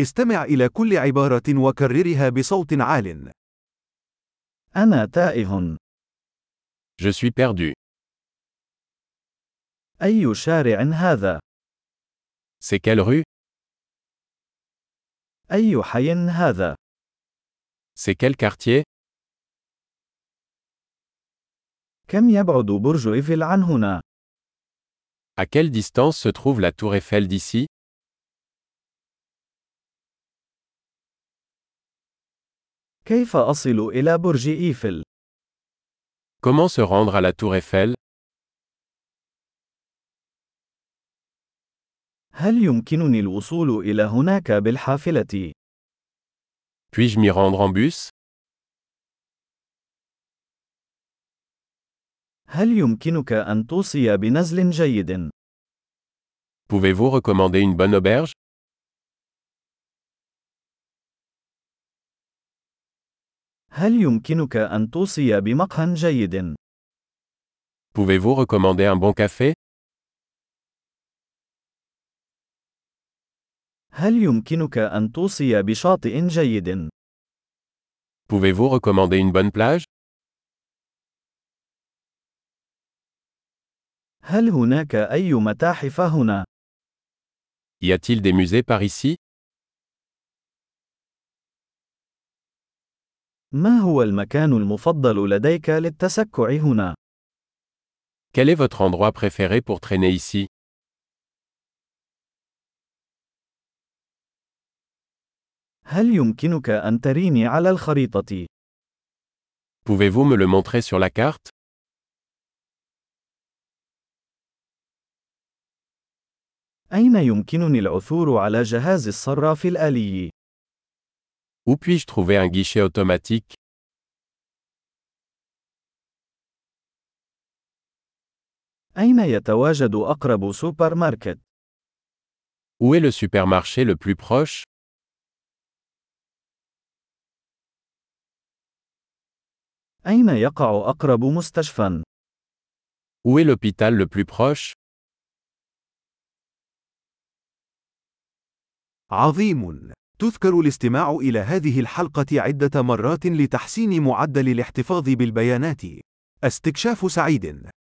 استمع إلى كل عبارة وكررها بصوت عال. أنا تائه. Je suis perdu. أي شارع هذا؟ C'est quelle rue أي حي هذا؟ C'est quel quartier كم يبعد برج إيفل عن هنا؟ À quelle distance se trouve la tour Eiffel d'ici كيف أصل إلى برج إيفل؟ Comment se rendre à la tour Eiffel هل يمكنني الوصول إلى هناك بالحافلة؟ Puis-je m'y rendre en bus هل يمكنك أن توصي بنزل جيد؟ Pouvez-vous recommander une bonne auberge هل يمكنك أن توصي بمقهى جيد؟ Pouvez-vous recommander un bon café هل يمكنك أن توصي بشاطئ جيد؟ Pouvez-vous recommander une bonne plage هل هناك أي متاحف هنا؟ Y a-t-il des musées par ici ما هو المكان المفضل لديك للتسكع هنا؟ Quel est votre endroit préféré pour traîner ici هل يمكنك أن تريني على الخريطة؟ Pouvez-vous me le montrer sur la carte أين يمكنني العثور على جهاز الصراف الآلي؟ Où puis-je trouver un guichet automatique أين يتواجد أقرب سوبر ماركت؟ Où est le supermarché le plus proche أين يقع أقرب مستشفى؟ Où est l'hôpital le plus proche عظيم. تذكر الاستماع إلى هذه الحلقة عدة مرات لتحسين معدل الاحتفاظ بالبيانات. استكشاف سعيد.